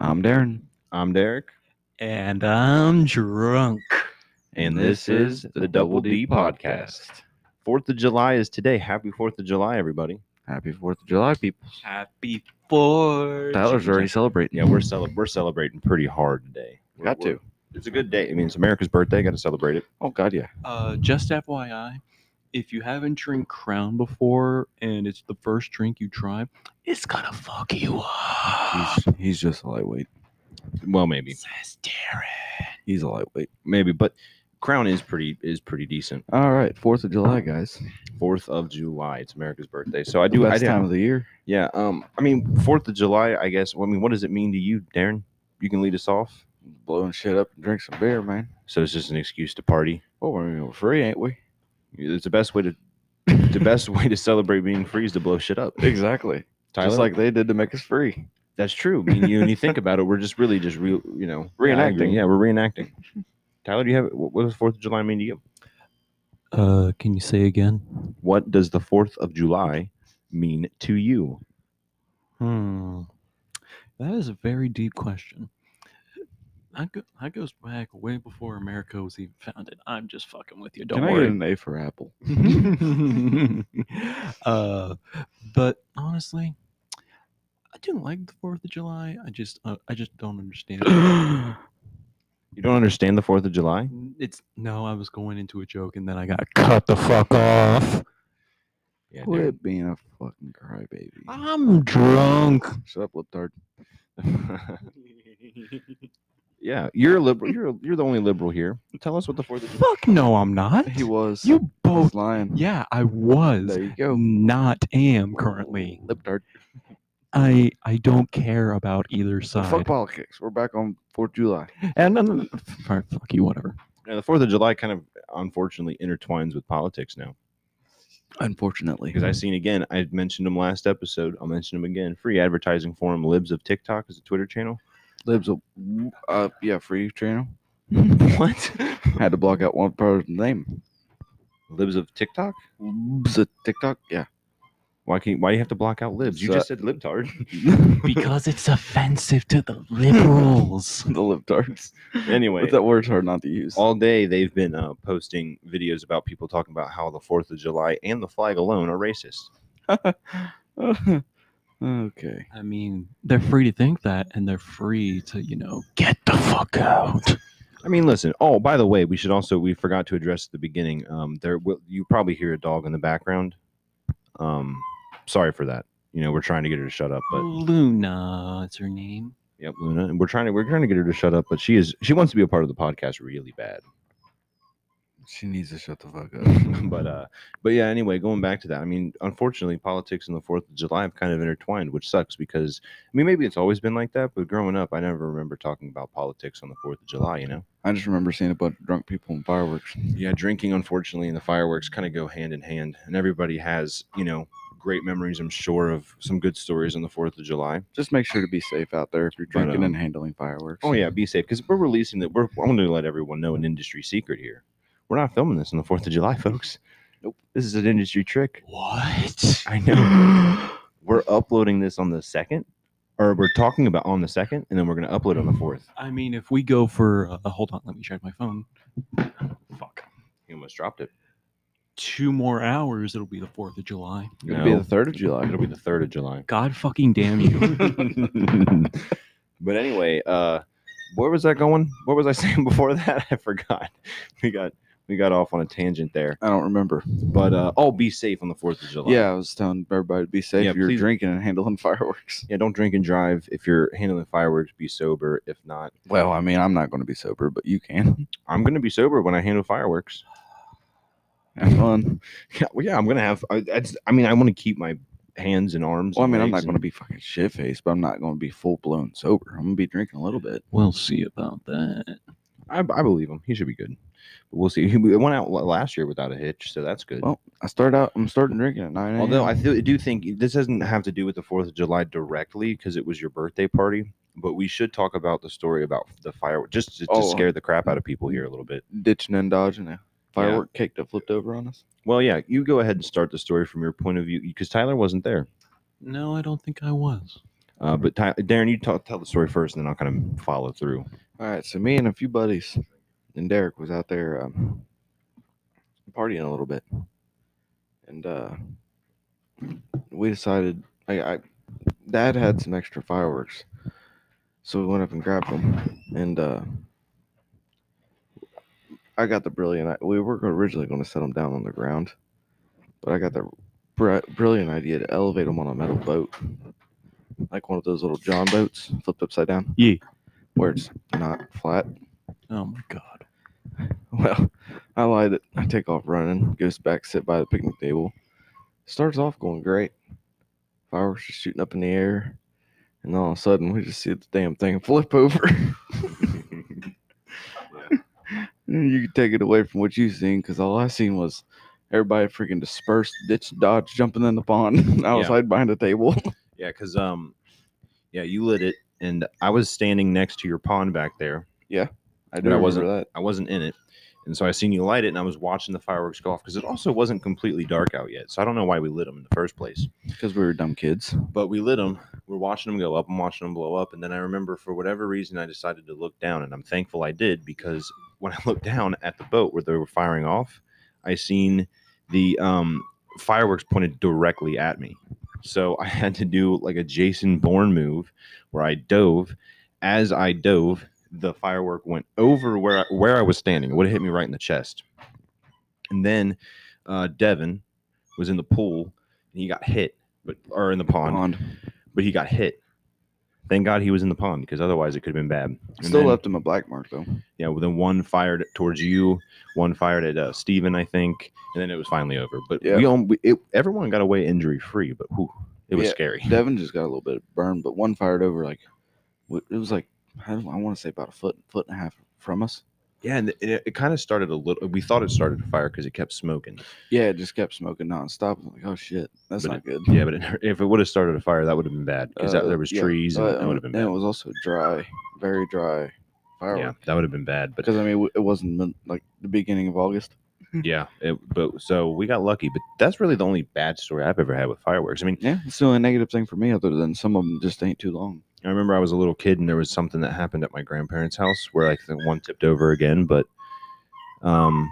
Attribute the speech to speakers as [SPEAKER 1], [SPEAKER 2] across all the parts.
[SPEAKER 1] I'm Darren.
[SPEAKER 2] I'm Derek,
[SPEAKER 3] And I'm drunk.
[SPEAKER 2] and this is the Double D Podcast. Fourth of July is today. Happy Fourth of July, everybody!
[SPEAKER 1] Happy Fourth of July, people.
[SPEAKER 3] Happy Fourth.
[SPEAKER 1] Tyler's already celebrating.
[SPEAKER 2] Yeah, we're cele- we're celebrating pretty hard today. We're-
[SPEAKER 1] Got to.
[SPEAKER 2] we're- It's a good day. I mean, it's America's birthday. Got to celebrate it.
[SPEAKER 1] Oh God, yeah.
[SPEAKER 3] Uh, just FYI, if you haven't drank Crown before and it's the first drink you try, it's gonna fuck you up.
[SPEAKER 1] He's he's just a lightweight.
[SPEAKER 2] Well, maybe,
[SPEAKER 3] Says Darren.
[SPEAKER 1] He's a lightweight.
[SPEAKER 2] maybe, but Crown is pretty is pretty decent.
[SPEAKER 1] All right, Fourth of July, guys.
[SPEAKER 2] Fourth of July. It's America's birthday, so I
[SPEAKER 1] The
[SPEAKER 2] do. I
[SPEAKER 1] best
[SPEAKER 2] do.
[SPEAKER 1] time of the year.
[SPEAKER 2] Yeah. Um. I mean, Fourth of July. I guess. Well, I mean, what does it mean to you, Darren? You can lead us off.
[SPEAKER 1] Blowing shit up and drink some beer, man.
[SPEAKER 2] So it's just an excuse to party.
[SPEAKER 1] Well, I mean, we're free, ain't we?
[SPEAKER 2] It's the best way to. the best way to celebrate being free is to blow shit up.
[SPEAKER 1] Exactly. Just like they did to make us free.
[SPEAKER 2] That's true. I mean, you, when you think about it, we're just really just real, you know,
[SPEAKER 1] Reenacting.
[SPEAKER 2] reenacting. Yeah, we're reenacting. Tyler, do you have what what does Fourth of July mean to you?
[SPEAKER 3] Uh, can you say again?
[SPEAKER 2] What does the Fourth of July mean to you?
[SPEAKER 3] Hmm. That is a very deep question. That, go- that goes back way before America was even founded. I'm just fucking with you. Don't
[SPEAKER 1] Can I
[SPEAKER 3] worry.
[SPEAKER 1] get an A for apple?
[SPEAKER 3] Mm-hmm. uh, but honestly, I didn't like the Fourth of July. I just, uh, I just don't understand. it.
[SPEAKER 2] You don't understand the Fourth of July?
[SPEAKER 3] it's no, I was going into a joke and then I got cut the fuck off.
[SPEAKER 2] Yeah, dude. Ah.
[SPEAKER 1] Quit being a fucking crybaby.
[SPEAKER 3] I'm drunk.
[SPEAKER 1] Shut up, liptard.
[SPEAKER 2] yeah, you're a liberal. You're you're the only liberal here. Tell us what the Fourth of July.
[SPEAKER 3] Fuck no, I'm not.
[SPEAKER 1] He was.
[SPEAKER 3] You both.
[SPEAKER 1] He's lying.
[SPEAKER 3] Yeah, I was.
[SPEAKER 1] There you go.
[SPEAKER 3] Not am currently.
[SPEAKER 1] Lip dart.
[SPEAKER 3] I I don't care about either
[SPEAKER 1] Fuck
[SPEAKER 3] side.
[SPEAKER 1] politics. We're back on Fourth of July.
[SPEAKER 3] And then, fuck fuck you, whatever.
[SPEAKER 2] Yeah, the Fourth of July kind of unfortunately intertwines with politics now
[SPEAKER 1] Unfortunately,
[SPEAKER 2] because I seen again. I had mentioned them last episode. I'll mention them again. Free advertising forum libs of TikTok is a Twitter channel.
[SPEAKER 1] lives a uh, yeah free channel.
[SPEAKER 2] What?
[SPEAKER 1] Had to block out one person's name.
[SPEAKER 2] libs of TikTok?
[SPEAKER 1] Lives a TikTok. Yeah.
[SPEAKER 2] Why can you, why do you have to block out libs? You
[SPEAKER 1] So-
[SPEAKER 2] just said libtard.
[SPEAKER 3] Because it's offensive to the liberals.
[SPEAKER 1] the lip darts.
[SPEAKER 2] anyway,
[SPEAKER 1] But that word's hard not to use.
[SPEAKER 2] all day they've been uh, posting videos about people talking about how the Fourth of July and the flag alone are racist.
[SPEAKER 1] okay.
[SPEAKER 3] I mean, they're free to think that, and they're free to, you know, get the fuck out.
[SPEAKER 2] I mean, listen. Oh, by the way, we should also we forgot to address at the beginning. Um, there will you probably hear a dog in the background. Um, sorry for that. You know, we're trying to get her to shut up,
[SPEAKER 3] Oh.
[SPEAKER 2] but
[SPEAKER 3] Luna, it's her name.
[SPEAKER 2] yep, Luna, and we're trying to we're trying to get her to shut up, but she is she wants to be a part of the podcast really bad.
[SPEAKER 1] She needs to shut the fuck up.
[SPEAKER 2] but uh but yeah anyway going back to that i mean unfortunately politics and the fourth of july have kind of intertwined which sucks because i mean maybe it's always been like that but growing up i never remember talking about politics on the fourth of july you know
[SPEAKER 1] I just remember seeing a bunch of drunk people and fireworks.
[SPEAKER 2] yeah drinking unfortunately and the fireworks kind of go hand in hand and everybody has you know great memories i'm sure of some good stories on the fourth of july
[SPEAKER 1] Just make sure to be safe out there if you're
[SPEAKER 2] But,
[SPEAKER 1] drinking
[SPEAKER 2] um,
[SPEAKER 1] and handling fireworks.
[SPEAKER 2] oh yeah be safe because we're releasing that we're i'm going to let everyone know an industry secret here we're not filming this on the fourth of july folks
[SPEAKER 1] Nope.
[SPEAKER 2] this is an industry trick
[SPEAKER 3] What?
[SPEAKER 2] i know we're uploading this on the second, or we're talking about on the second, and then we're gonna upload on the fourth.
[SPEAKER 3] I mean, if we go for uh, hold on, let me check my phone. Fuck.
[SPEAKER 2] You almost dropped it.
[SPEAKER 3] Two more hours, it'll be the Fourth of July.
[SPEAKER 1] It'll be
[SPEAKER 2] No.
[SPEAKER 1] the third of July.
[SPEAKER 2] It'll be the third of July.
[SPEAKER 3] God fucking damn you.
[SPEAKER 2] but anyway, uh, where was that going? What was I saying before that? I forgot. We got we got off on a tangent there.
[SPEAKER 1] I don't remember.
[SPEAKER 2] But uh, oh, be safe on the fourth of July.
[SPEAKER 1] Yeah, I was telling everybody to be safe.
[SPEAKER 2] Yeah,
[SPEAKER 1] if you're
[SPEAKER 2] please-
[SPEAKER 1] drinking and handling fireworks.
[SPEAKER 2] Yeah, don't drink and drive. If you're handling fireworks, be sober. If not,
[SPEAKER 1] Well, I mean, I'm not going to be sober, but you can.
[SPEAKER 2] I'm gonna be sober when I handle fireworks.
[SPEAKER 1] Have fun.
[SPEAKER 2] Yeah, well, yeah, I'm gonna have. I, that's, I mean, I want to keep my hands and arms.
[SPEAKER 1] Well, I
[SPEAKER 2] and
[SPEAKER 1] mean, I'm
[SPEAKER 2] legs
[SPEAKER 1] not
[SPEAKER 2] and-
[SPEAKER 1] going to be fucking shit faced, but I'm not going to be full blown sober. I'm going to be drinking a little bit.
[SPEAKER 3] we'll see about that.
[SPEAKER 2] I, I believe him. He should be good. But we'll see. He we went out la- last year without a hitch, so that's good.
[SPEAKER 1] Well, I start out. I'm starting drinking at nine.
[SPEAKER 2] Although I
[SPEAKER 1] a.m..
[SPEAKER 2] th- do think this doesn't have to do with the Fourth of July directly because it was your birthday party, but we should talk about the story about the fireworks just to, to
[SPEAKER 1] Oh, uh,
[SPEAKER 2] scare the crap out of people here a little bit.
[SPEAKER 1] ditching and dodging a firework cake that flipped over on us.
[SPEAKER 2] Well, yeah, you go ahead and start the story from your point of view because Tyler wasn't there.
[SPEAKER 3] No, I don't think I was.
[SPEAKER 2] Uh, but Ty- Darren, you ta- tell the story first, and then I'll kind of follow through.
[SPEAKER 1] All right, so me and a few buddies and Derek was out there um, partying a little bit, and uh, we decided I, I Dad had some extra fireworks, so we went up and grabbed them, and uh, I got the brilliant. i- We were originally going to set them down on the ground, but I got the bri- brilliant idea to elevate them on a metal boat, like one of those little John boats, flipped upside down.
[SPEAKER 3] Yeah.
[SPEAKER 1] Where it's not flat.
[SPEAKER 3] Oh my god.
[SPEAKER 1] Well, I lied. that I take off running, goes back, sit by the picnic table. Starts off going great. Fireworks are shooting up in the air, and all of a sudden we just see the damn thing flip over. And you can take it away from what you seen, because all I seen was everybody freaking dispersed, ditch, dodge, jumping in the pond. I was
[SPEAKER 2] Yeah.
[SPEAKER 1] hiding behind a table.
[SPEAKER 2] Yeah, because um, yeah, you lit it, and I was standing next to your pond back there.
[SPEAKER 1] I
[SPEAKER 2] But
[SPEAKER 1] do
[SPEAKER 2] I
[SPEAKER 1] remember
[SPEAKER 2] wasn't-
[SPEAKER 1] that.
[SPEAKER 2] I wasn't in it, and so I seen you light it, and I was watching the fireworks go off because it also wasn't completely dark out yet. So I don't know why we lit them in the first place.
[SPEAKER 1] Because we were dumb kids.
[SPEAKER 2] But we lit them. We're watching them go up. I'm watching them blow up, and then I remember for whatever reason I decided to look down, and I'm thankful I did because when I looked down at the boat where they were firing off, I seen the um, fireworks pointed directly at me. So I had to do like a Jason Bourne move where I dove. As I dove, the firework went over where I, where I was standing. It would have hit me right in the chest. And then uh, Devin was in the pool and he got hit, but or in the pond,
[SPEAKER 1] Pond.
[SPEAKER 2] but he got hit. Thank God he was in the pond because otherwise it could have been bad. And
[SPEAKER 1] Still
[SPEAKER 2] then-
[SPEAKER 1] left him a black mark though.
[SPEAKER 2] yeah, well, then one fired towards you, one fired at uh, Steven, I think, and then it was finally over. But
[SPEAKER 1] Yeah.
[SPEAKER 2] we all, we, it, everyone got away injury free, but whew, it was
[SPEAKER 1] Yeah.
[SPEAKER 2] scary.
[SPEAKER 1] Devin just got a little bit of burn, but one fired over like w- it was like I, don't- I want to say about a foot, foot and a half from us.
[SPEAKER 2] Yeah, and it, it kind of started a little. We thought it started a fire because it kept smoking.
[SPEAKER 1] Yeah, it just kept smoking nonstop. I'm like, oh shit, that's
[SPEAKER 2] But
[SPEAKER 1] not good.
[SPEAKER 2] Yeah, but it, never- if it would have started a fire, that would have been bad because
[SPEAKER 1] Uh,
[SPEAKER 2] there was
[SPEAKER 1] yeah,
[SPEAKER 2] trees and
[SPEAKER 1] uh,
[SPEAKER 2] that would have been
[SPEAKER 1] and it
[SPEAKER 2] bad.
[SPEAKER 1] was also dry, very dry
[SPEAKER 2] yeah,
[SPEAKER 1] firework.
[SPEAKER 2] that would have been bad. But
[SPEAKER 1] Because I mean, w- it wasn't min- like the beginning of August.
[SPEAKER 2] yeah, it, but so we got lucky. But that's really the only bad story I've ever had with fireworks. I mean,
[SPEAKER 1] Yeah, it's the only negative thing for me, other than some of them just ain't too long.
[SPEAKER 2] I remember I was a little kid and there was something that happened at my grandparents' house where like the one tipped over again, but um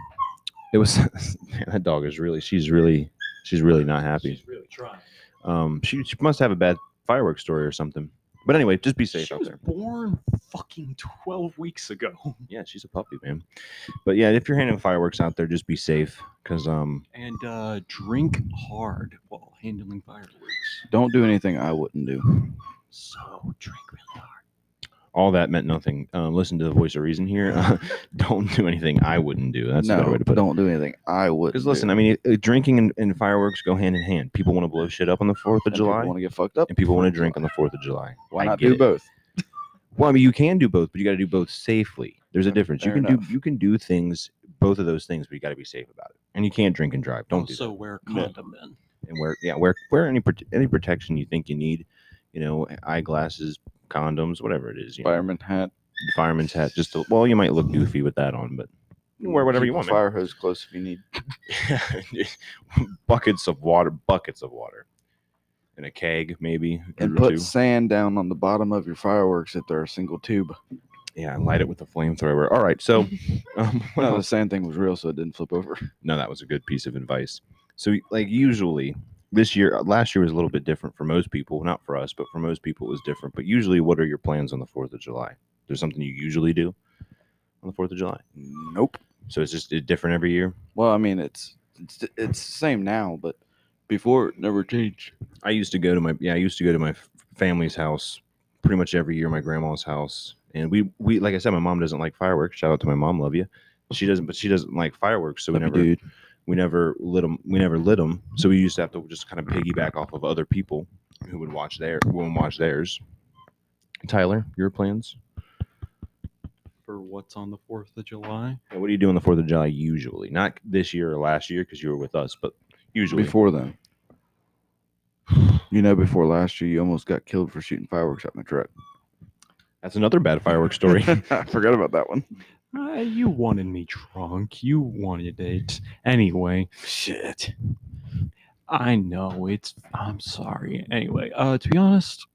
[SPEAKER 2] it was man, that dog is really she's really she's really not happy.
[SPEAKER 3] really trying.
[SPEAKER 2] Um she, she must have a bad fireworks story or something. But anyway, just be safe
[SPEAKER 3] she
[SPEAKER 2] out
[SPEAKER 3] was
[SPEAKER 2] there.
[SPEAKER 3] born fucking 12 weeks ago.
[SPEAKER 2] Yeah, she's a puppy, man. But yeah, if you're handing fireworks out there, just be safe cuz um
[SPEAKER 3] And uh, drink hard while handling fireworks.
[SPEAKER 1] Don't do anything I wouldn't do.
[SPEAKER 3] So drink really hard.
[SPEAKER 2] all that meant nothing. Um, listen to the voice of reason here. don't do anything I wouldn't do. That's a
[SPEAKER 1] no,
[SPEAKER 2] better way to put it.
[SPEAKER 1] don't do anything I wouldn't.
[SPEAKER 2] Because listen, I mean, uh, drinking and, and fireworks go hand in hand. People want to blow shit up on the Fourth of July,
[SPEAKER 1] want to get fucked up,
[SPEAKER 2] and people want to
[SPEAKER 1] Fourth of
[SPEAKER 2] drink on
[SPEAKER 1] July.
[SPEAKER 2] the Fourth of July.
[SPEAKER 1] Why
[SPEAKER 2] I
[SPEAKER 1] not
[SPEAKER 2] get
[SPEAKER 1] do
[SPEAKER 2] it.
[SPEAKER 1] both?
[SPEAKER 2] Well, I mean, you can do both, but you got to do both safely. There's a
[SPEAKER 1] Okay,
[SPEAKER 2] difference. You
[SPEAKER 1] fair
[SPEAKER 2] can
[SPEAKER 1] enough.
[SPEAKER 2] do you can do things, both of those things, but you got to be safe about it. And you can't drink and drive. Don't do
[SPEAKER 3] also wear a
[SPEAKER 1] No.
[SPEAKER 3] condom then.
[SPEAKER 2] that. And wear yeah, wear wear any prote- any protection you think you need. You know, eyeglasses, condoms, whatever it is. You know.
[SPEAKER 1] Fireman hat.
[SPEAKER 2] fireman's hat. Just to, well, you might look goofy with that on, but you can wear whatever
[SPEAKER 1] Keep
[SPEAKER 2] you
[SPEAKER 1] the
[SPEAKER 2] want. man.
[SPEAKER 1] Fire hose close if you need.
[SPEAKER 2] buckets of water, buckets of water, and a keg maybe.
[SPEAKER 1] and
[SPEAKER 2] or
[SPEAKER 1] put
[SPEAKER 2] two.
[SPEAKER 1] sand down on the bottom of your fireworks if they're a single tube.
[SPEAKER 2] yeah, and light it with a flamethrower. All right, so um, what
[SPEAKER 1] Well, the
[SPEAKER 2] else?
[SPEAKER 1] sand thing was real, so it didn't flip over.
[SPEAKER 2] no, that was a good piece of advice. So like usually this year, uh, last year was a little bit different for most people, not for us, but for most people it was different. But usually, what are your plans on the Fourth of July? There's something you usually do on the Fourth of July.
[SPEAKER 1] Nope.
[SPEAKER 2] So it's just different every year.
[SPEAKER 1] Well, I mean, it's it's it's the same now, but before it never changed.
[SPEAKER 2] I used to go to my yeah, I used to go to my f- family's house pretty much every year, my grandma's house. And we we like I said, my mom doesn't like fireworks. Shout out to my mom, love you. She doesn't, but she doesn't like fireworks, so we
[SPEAKER 1] Love you,
[SPEAKER 2] never we never lit them. We never lit 'em. So we used to have to just kind of piggyback off of other people who would watch their who would watch theirs. Tyler, your plans?
[SPEAKER 3] For what's on the 4th of July?
[SPEAKER 2] Yeah, what do you do on the Fourth of July usually? Not this year or last year because you were with us, but usually.
[SPEAKER 1] Before then, you know, before last year, you almost got killed for shooting fireworks at my truck.
[SPEAKER 2] That's another bad fireworks story.
[SPEAKER 1] I forgot about that one.
[SPEAKER 3] Uh, you wanted me drunk. You wanted it. Anyway. Shit. I know. It's. I'm sorry. Anyway, uh, to be honest,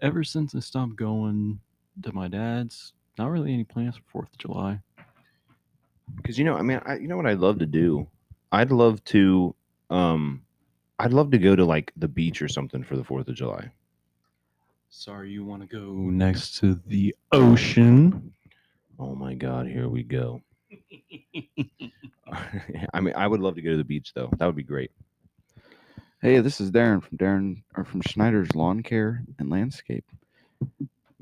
[SPEAKER 3] ever since I stopped going to my dad's, not really any plans for Fourth of July.
[SPEAKER 2] because you know, I mean, I, you know what I'd love to do? I'd love to, um, I'd love to go to like the beach or something for the Fourth of July.
[SPEAKER 3] Sorry, you want to go next to the ocean?
[SPEAKER 2] Oh my God, here we go. I mean, I would love to go to the beach though. That would be great.
[SPEAKER 1] Hey, this is Darren from Darren or from Schneider's Lawn Care and Landscape.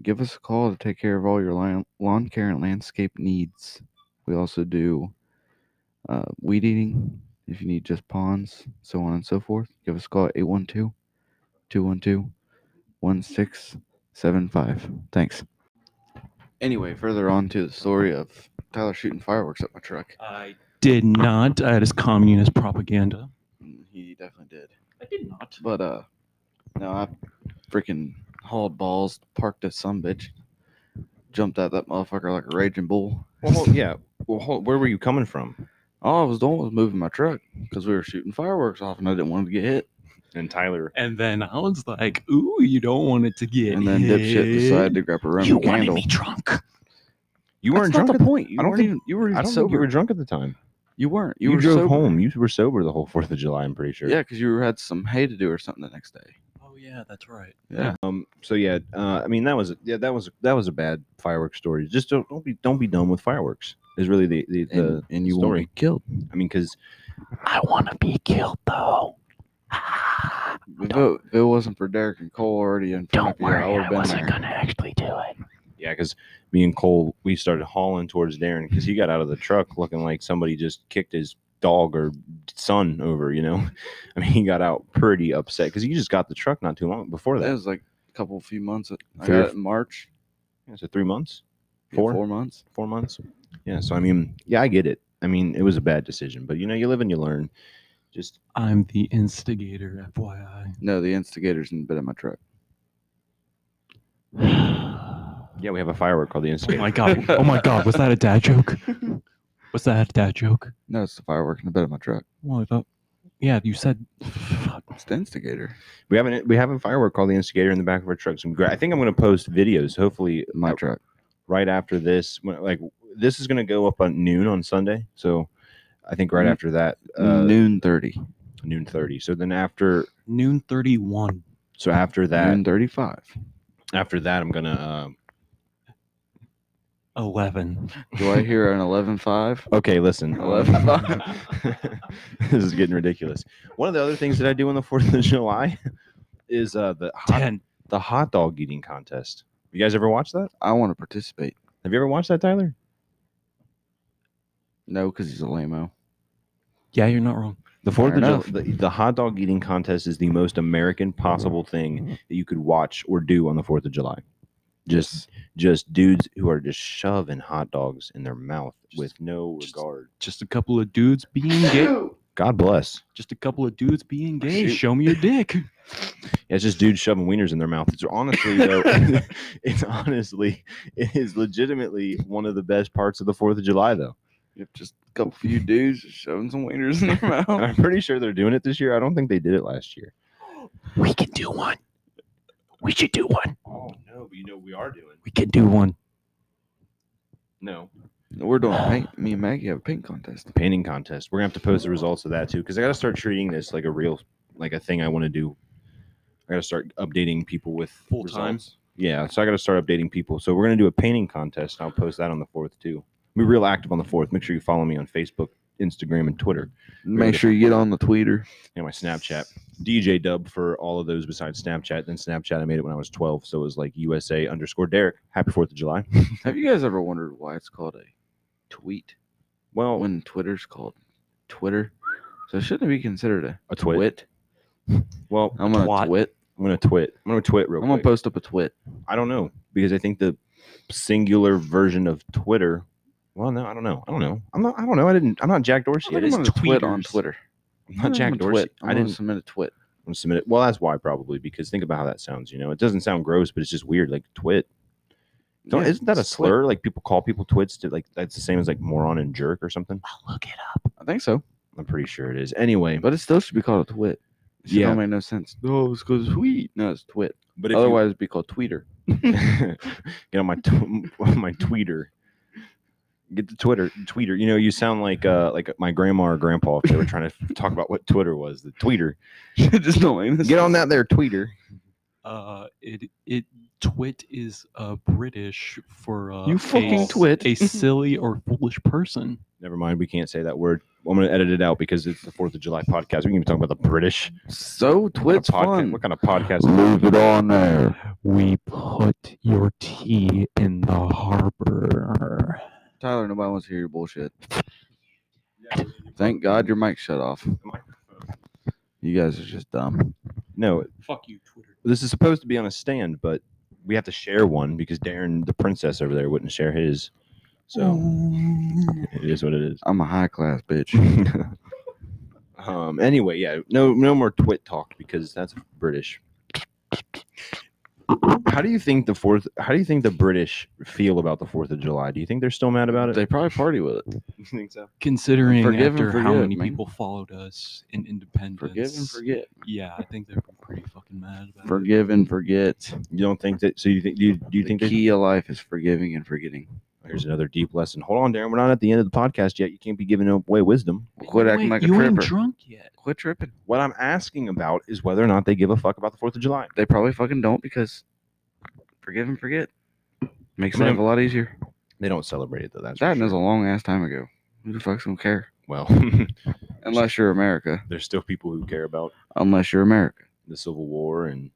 [SPEAKER 1] Give us a call to take care of all your lawn, lawn care and landscape needs. We also do uh, weed eating if you need just ponds, so on and so forth. Give us a call at 812 212 1675. Thanks. Anyway, further on to the story of Tyler shooting fireworks at my truck.
[SPEAKER 3] I did not. I had his communist propaganda.
[SPEAKER 1] Mm, He definitely did.
[SPEAKER 3] I did not.
[SPEAKER 1] But uh, no, I freaking hauled balls, parked a some bitch, jumped out that motherfucker like a raging bull.
[SPEAKER 2] Well, hold- yeah. Well, hold, where were you coming from?
[SPEAKER 1] All I was doing was moving my truck because we were shooting fireworks off, and I didn't want to get hit.
[SPEAKER 2] And Tyler,
[SPEAKER 3] And then I was like, "Ooh, you don't want it to get."
[SPEAKER 1] And then dipshit
[SPEAKER 3] hit.
[SPEAKER 1] decided to grab a Roman
[SPEAKER 3] You wanted
[SPEAKER 1] candle.
[SPEAKER 3] me drunk.
[SPEAKER 2] you
[SPEAKER 1] That's
[SPEAKER 2] weren't
[SPEAKER 1] not
[SPEAKER 2] drunk.
[SPEAKER 1] the
[SPEAKER 2] At the,
[SPEAKER 1] point. You
[SPEAKER 2] I don't
[SPEAKER 1] weren't
[SPEAKER 2] think-
[SPEAKER 1] even. You were
[SPEAKER 2] I
[SPEAKER 1] even
[SPEAKER 2] don't
[SPEAKER 1] sober.
[SPEAKER 2] think you were drunk at the time.
[SPEAKER 1] You weren't. You,
[SPEAKER 2] You,
[SPEAKER 1] were
[SPEAKER 2] drove
[SPEAKER 1] sober.
[SPEAKER 2] home. You were sober the whole Fourth of July. I'm pretty sure.
[SPEAKER 1] Yeah, because you had some hay to do or something the next day.
[SPEAKER 3] Oh yeah, that's right.
[SPEAKER 1] Yeah.
[SPEAKER 2] Um. So yeah. Uh. I mean, that was a, yeah. That was that was a bad fireworks story. Just don't, don't be don't be dumb with fireworks. Is really the the,
[SPEAKER 1] And,
[SPEAKER 2] the
[SPEAKER 1] and you won't
[SPEAKER 2] story.
[SPEAKER 1] get killed.
[SPEAKER 2] I mean, because
[SPEAKER 3] I want to be killed though.
[SPEAKER 1] If it, if it wasn't for Derek and Cole already in front of you, I would have been there.
[SPEAKER 3] actually do it.
[SPEAKER 2] yeah, because me and Cole we started hauling towards Darren because he got out of the truck looking like somebody just kicked his dog or son over. You know, I mean, he got out pretty upset because he just got the truck not too long before
[SPEAKER 1] That
[SPEAKER 2] that.
[SPEAKER 1] was like a couple few months. I
[SPEAKER 2] Fair-
[SPEAKER 1] got it in March.
[SPEAKER 2] Yeah, so three months,
[SPEAKER 1] Yeah,
[SPEAKER 2] Four?
[SPEAKER 1] four months.
[SPEAKER 2] four months. Yeah. So I mean, yeah, I get it. I mean, it was a bad decision, but you know, you live and you learn. Just
[SPEAKER 3] I'm the instigator, FYI.
[SPEAKER 1] No, the instigator's in the bed of my truck.
[SPEAKER 3] oh
[SPEAKER 2] yeah, we have a firework called the instigator.
[SPEAKER 3] my god! Oh my god! Was that a dad joke? Was that a dad joke?
[SPEAKER 1] No, it's the firework in the bed of my truck.
[SPEAKER 3] Well, if I, yeah, you said. Fuck.
[SPEAKER 1] It's the instigator.
[SPEAKER 2] We have an we have a firework called the instigator in the back of our truck. Some gra- I think I'm going to post videos. Hopefully,
[SPEAKER 1] My
[SPEAKER 2] uh,
[SPEAKER 1] truck.
[SPEAKER 2] right after this, when, like this is going to go up at noon on Sunday. So I think right
[SPEAKER 1] Mm.
[SPEAKER 2] after that, uh,
[SPEAKER 1] noon thirty.
[SPEAKER 2] noon thirty. So then after
[SPEAKER 3] Noon thirty-one.
[SPEAKER 2] so after that
[SPEAKER 1] noon thirty-five.
[SPEAKER 2] after that, I'm gonna.
[SPEAKER 3] Eleven.
[SPEAKER 1] Do I hear an eleven-five?
[SPEAKER 2] Uh, okay, listen.
[SPEAKER 1] Eleven.
[SPEAKER 2] this is getting ridiculous. One of the other things that I do on the Fourth of July is uh, the hot,
[SPEAKER 3] Ten.
[SPEAKER 2] the hot dog eating contest. You guys ever watch that?
[SPEAKER 1] I want to participate.
[SPEAKER 2] Have you ever watched that, Tyler?
[SPEAKER 1] No, because he's a lameo.
[SPEAKER 3] Yeah, you're not wrong.
[SPEAKER 2] The Fourth
[SPEAKER 1] Fair
[SPEAKER 2] of July, the, the hot dog eating contest is the most American possible thing that you could watch or do on the Fourth of July. Just, just dudes who are just shoving hot dogs in their mouth with no
[SPEAKER 3] just-
[SPEAKER 2] regard.
[SPEAKER 3] Just a couple of dudes being gay.
[SPEAKER 2] God bless.
[SPEAKER 3] Just a couple of dudes being gay.
[SPEAKER 1] Shoot.
[SPEAKER 3] Show me your dick.
[SPEAKER 2] Yeah, it's just dudes shoving wieners in their mouth. It's honestly though, it's honestly, it is legitimately one of the best parts of the Fourth of July though.
[SPEAKER 1] You have just a couple few dudes just shoving some wieners in their
[SPEAKER 2] And
[SPEAKER 1] mouth.
[SPEAKER 2] I'm pretty sure they're doing it this year. I don't think they did it last year.
[SPEAKER 3] We can do one. We should do one.
[SPEAKER 2] Oh no, but you know we are doing.
[SPEAKER 3] We can do one.
[SPEAKER 2] No,
[SPEAKER 1] We're doing. Pink. Me and Maggie have a pink contest.
[SPEAKER 2] painting contest. We're gonna have to post the results of that too, because I gotta start treating this like a real, like a thing I want to do. I gotta start updating people with
[SPEAKER 3] Full time.
[SPEAKER 2] results. Yeah, so I gotta start updating people. So we're gonna do a painting contest. And I'll post that on the fourth too. Be real active on the fourth. Make sure you follow me on Facebook, Instagram, and Twitter,
[SPEAKER 1] Make sure you get on the tweeter.
[SPEAKER 2] and my Snapchat. DJ Dub for all of those besides Snapchat. Then Snapchat, I made it when I was twelve, so it was like USA underscore Derek. Happy Fourth of July.
[SPEAKER 1] Have you guys ever wondered why it's called a tweet
[SPEAKER 2] Well,
[SPEAKER 1] when Twitter's called Twitter? So shouldn't it be considered a,
[SPEAKER 2] A twit. well,
[SPEAKER 1] I'm gonna
[SPEAKER 3] Twat.
[SPEAKER 1] twit.
[SPEAKER 2] I'm gonna twit. I'm gonna twit real
[SPEAKER 1] I'm
[SPEAKER 2] quick.
[SPEAKER 1] gonna post up a twit.
[SPEAKER 2] I don't know because I think the singular version of Twitter. Well, no, I don't know. I don't know. I'm not. I don't know. I didn't. I'm not Jack Dorsey.
[SPEAKER 1] I'm
[SPEAKER 2] I
[SPEAKER 1] gonna
[SPEAKER 2] didn't
[SPEAKER 1] twit on
[SPEAKER 2] tweeters.
[SPEAKER 1] Twitter.
[SPEAKER 2] I'm not Jack
[SPEAKER 1] I'm gonna
[SPEAKER 2] Dorsey.
[SPEAKER 1] twit. I'm
[SPEAKER 2] I
[SPEAKER 1] gonna
[SPEAKER 2] didn't
[SPEAKER 1] submit a twit.
[SPEAKER 2] I'm submit it. Well, that's why probably because think about how that sounds. You know, it doesn't sound gross, but it's just weird. Like twit. Don't,
[SPEAKER 1] Yeah,
[SPEAKER 2] isn't that a
[SPEAKER 1] it's twit.
[SPEAKER 2] slur? Like people call people twits. To, like that's the same as like moron and jerk or something.
[SPEAKER 3] I'll look it up.
[SPEAKER 1] I think so,
[SPEAKER 2] I'm pretty sure it is. Anyway,
[SPEAKER 1] but it still should be called a twit. It should
[SPEAKER 2] Yeah.
[SPEAKER 1] don't make no sense. No, it's called tweet. No, it's twit.
[SPEAKER 2] But if you-
[SPEAKER 1] Otherwise, it'd be called Tweeter.
[SPEAKER 2] get on my t- on my tweeter. Get the Twitter tweeter. You know, you sound like uh like my grandma or grandpa if they were trying to talk about what Twitter was. The tweeter.
[SPEAKER 1] Just delaying this.
[SPEAKER 2] Get on that there tweeter.
[SPEAKER 3] Uh, it it twit is uh British for uh,
[SPEAKER 1] You fucking
[SPEAKER 3] a,
[SPEAKER 1] twit.
[SPEAKER 3] a silly or foolish person.
[SPEAKER 2] Never mind, we can't say that word. I'm gonna edit it out because it's the Fourth of July podcast. We can be talking about the British.
[SPEAKER 1] So
[SPEAKER 2] What
[SPEAKER 1] Twit's
[SPEAKER 2] kind of podca-
[SPEAKER 1] fun.
[SPEAKER 2] What kind of podcast?
[SPEAKER 1] it on there.
[SPEAKER 3] We put your tea in the harbor.
[SPEAKER 1] Tyler, nobody wants to hear your bullshit. Thank God your mic shut off. You guys are just dumb.
[SPEAKER 2] No,
[SPEAKER 3] Fuck you, Twitter.
[SPEAKER 2] this is supposed to be on a stand, but we have to share one because Darren, the princess over there, wouldn't share his.
[SPEAKER 1] Oh.
[SPEAKER 2] So it is what it is.
[SPEAKER 1] I'm a high class bitch.
[SPEAKER 2] um. Anyway, yeah. No, no more twit talk because that's British. How do you think the fourth? How do you think the British feel about the Fourth of July? Do you think they're still mad about it?
[SPEAKER 1] They probably party with it.
[SPEAKER 2] you think so?
[SPEAKER 3] Considering
[SPEAKER 1] Forgive and
[SPEAKER 3] after how
[SPEAKER 1] forgive,
[SPEAKER 3] many
[SPEAKER 1] man.
[SPEAKER 3] people followed us in independence,
[SPEAKER 1] Forgive and forget.
[SPEAKER 3] yeah, I think they're pretty fucking mad about it.
[SPEAKER 1] Forgive and forget.
[SPEAKER 2] You don't think that? So you think? Do you, do you
[SPEAKER 1] the
[SPEAKER 2] think? They,
[SPEAKER 1] key of life is forgiving and forgetting?
[SPEAKER 2] here's another deep lesson. Hold on, Darren. We're not at the end of the podcast yet. You can't be giving away wisdom.
[SPEAKER 1] Quit acting
[SPEAKER 3] Wait,
[SPEAKER 1] like a
[SPEAKER 3] you ain't
[SPEAKER 1] tripper.
[SPEAKER 3] drunk yet.
[SPEAKER 1] Quit tripping.
[SPEAKER 2] What I'm asking about is whether or not they give a fuck about the Fourth of July.
[SPEAKER 1] They probably fucking don't because forgive and forget makes
[SPEAKER 2] I mean,
[SPEAKER 1] life a lot easier.
[SPEAKER 2] They don't celebrate it though. That's for
[SPEAKER 1] That
[SPEAKER 2] sure.
[SPEAKER 1] was a long ass time ago. Who the fuck's gonna care?
[SPEAKER 2] well.
[SPEAKER 1] Unless you're America.
[SPEAKER 2] there's still people who care about
[SPEAKER 1] Unless you're America.
[SPEAKER 2] the Civil War and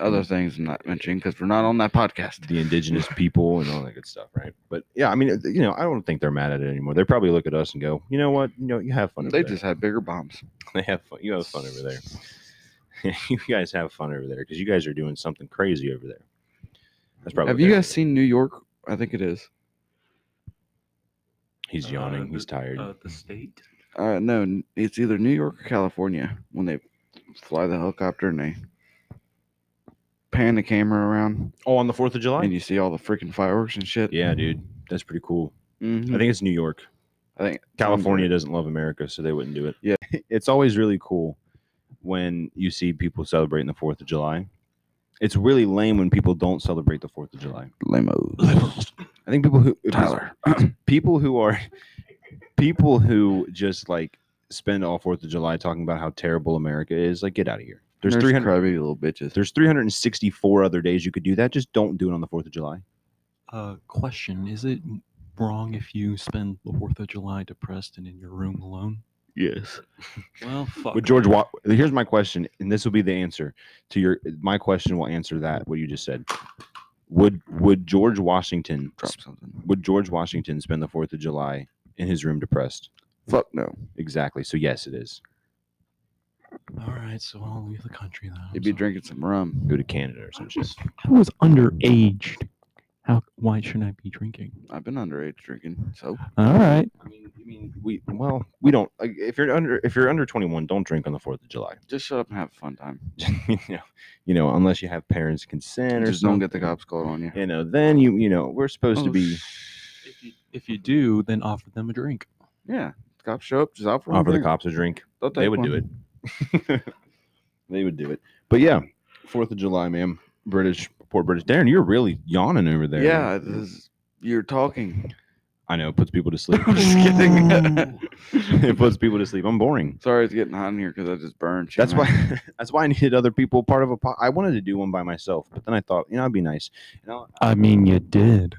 [SPEAKER 1] Other
[SPEAKER 2] Mm-hmm.
[SPEAKER 1] things I'm not mentioning because we're not on that podcast.
[SPEAKER 2] the indigenous people and all that good stuff, right? But yeah, I mean, uh, you know, I don't think they're mad at it anymore. They probably look at us and go, you know what? You know, you have fun. Over
[SPEAKER 1] They
[SPEAKER 2] there.
[SPEAKER 1] just had bigger bombs.
[SPEAKER 2] they have fun. You have fun over there. you guys have fun over there because you guys are doing something crazy over there. That's probably.
[SPEAKER 1] Have
[SPEAKER 2] what
[SPEAKER 1] you
[SPEAKER 2] they're-
[SPEAKER 1] guys seen New York? I think it is.
[SPEAKER 2] He's yawning.
[SPEAKER 3] Uh,
[SPEAKER 2] He's
[SPEAKER 3] the-
[SPEAKER 2] tired.
[SPEAKER 3] Uh, the state.
[SPEAKER 1] Uh, no, n- it's either New York or California when they fly the helicopter and they pan the camera around
[SPEAKER 2] oh, on the Fourth of July.
[SPEAKER 1] and you see all the freaking fireworks and shit.
[SPEAKER 2] yeah, dude, that's pretty cool.
[SPEAKER 1] Mhm.
[SPEAKER 2] I think it's New York.
[SPEAKER 1] I think
[SPEAKER 2] California doesn't love America, so they wouldn't do it.
[SPEAKER 1] Yeah.
[SPEAKER 2] It's always really cool when you see people celebrating the 4th of July. It's really lame when people don't celebrate the 4th of July.
[SPEAKER 1] Lemos.
[SPEAKER 2] I think people who if it's
[SPEAKER 1] Tyler.
[SPEAKER 2] people who are people who just like spend all 4th of July talking about how terrible America is, like get out of here. There's
[SPEAKER 1] There's
[SPEAKER 2] 300
[SPEAKER 1] crybaby little bitches.
[SPEAKER 2] there's 364 other days you could do that. Just don't do it on the 4th of July.
[SPEAKER 3] Uh, question: Is it wrong if you spend the Fourth of July depressed and in your room alone?
[SPEAKER 1] Yes.
[SPEAKER 3] Well, fuck.
[SPEAKER 2] With George Wa- here's my question, and this will be the answer to your. My question will answer that what you just said. Would would George Washington
[SPEAKER 1] Drop something.
[SPEAKER 2] would George Washington spend the Fourth of July in his room depressed?
[SPEAKER 1] Fuck no.
[SPEAKER 2] Exactly. So yes, it is.
[SPEAKER 3] All right, so I'll leave the country then. I'm
[SPEAKER 1] You'd be
[SPEAKER 3] sorry.
[SPEAKER 1] drinking some rum.
[SPEAKER 2] Go to Canada or some shit.
[SPEAKER 3] I was underaged. How? Why should I be drinking?
[SPEAKER 1] I've been underage drinking, so
[SPEAKER 3] All right.
[SPEAKER 2] I mean, I mean, we well, we don't. like, If you're under if you're under 21, don't drink on the Fourth of July.
[SPEAKER 1] just shut up and have a fun time.
[SPEAKER 2] you know, you know, unless you have parents' consent or
[SPEAKER 1] Just don't
[SPEAKER 2] something.
[SPEAKER 1] get the cops called on you.
[SPEAKER 2] You know, then you you know we're supposed to
[SPEAKER 1] Oh,
[SPEAKER 2] be
[SPEAKER 1] sh-
[SPEAKER 3] If you, if you do, then offer them a drink.
[SPEAKER 1] Yeah. Cops show up, just offer them a
[SPEAKER 2] offer the
[SPEAKER 1] drink.
[SPEAKER 2] cops a drink.
[SPEAKER 1] They'll
[SPEAKER 2] they
[SPEAKER 1] take
[SPEAKER 2] would
[SPEAKER 1] one.
[SPEAKER 2] do it. they would do it. But yeah, Fourth of July, man. British, poor British. Darren, you're really yawning over there.
[SPEAKER 1] Yeah, this is, you're talking.
[SPEAKER 2] I know. It puts people to sleep.
[SPEAKER 1] I'm just kidding.
[SPEAKER 2] it puts people to sleep. I'm boring.
[SPEAKER 1] Sorry, it's getting hot in here because I just burned. shit,
[SPEAKER 2] That's
[SPEAKER 1] man.
[SPEAKER 2] why. That's why I needed other people part of a. Po- I wanted to do one by myself, but then I thought, you know, it'd be nice. You know,
[SPEAKER 3] I mean, you did.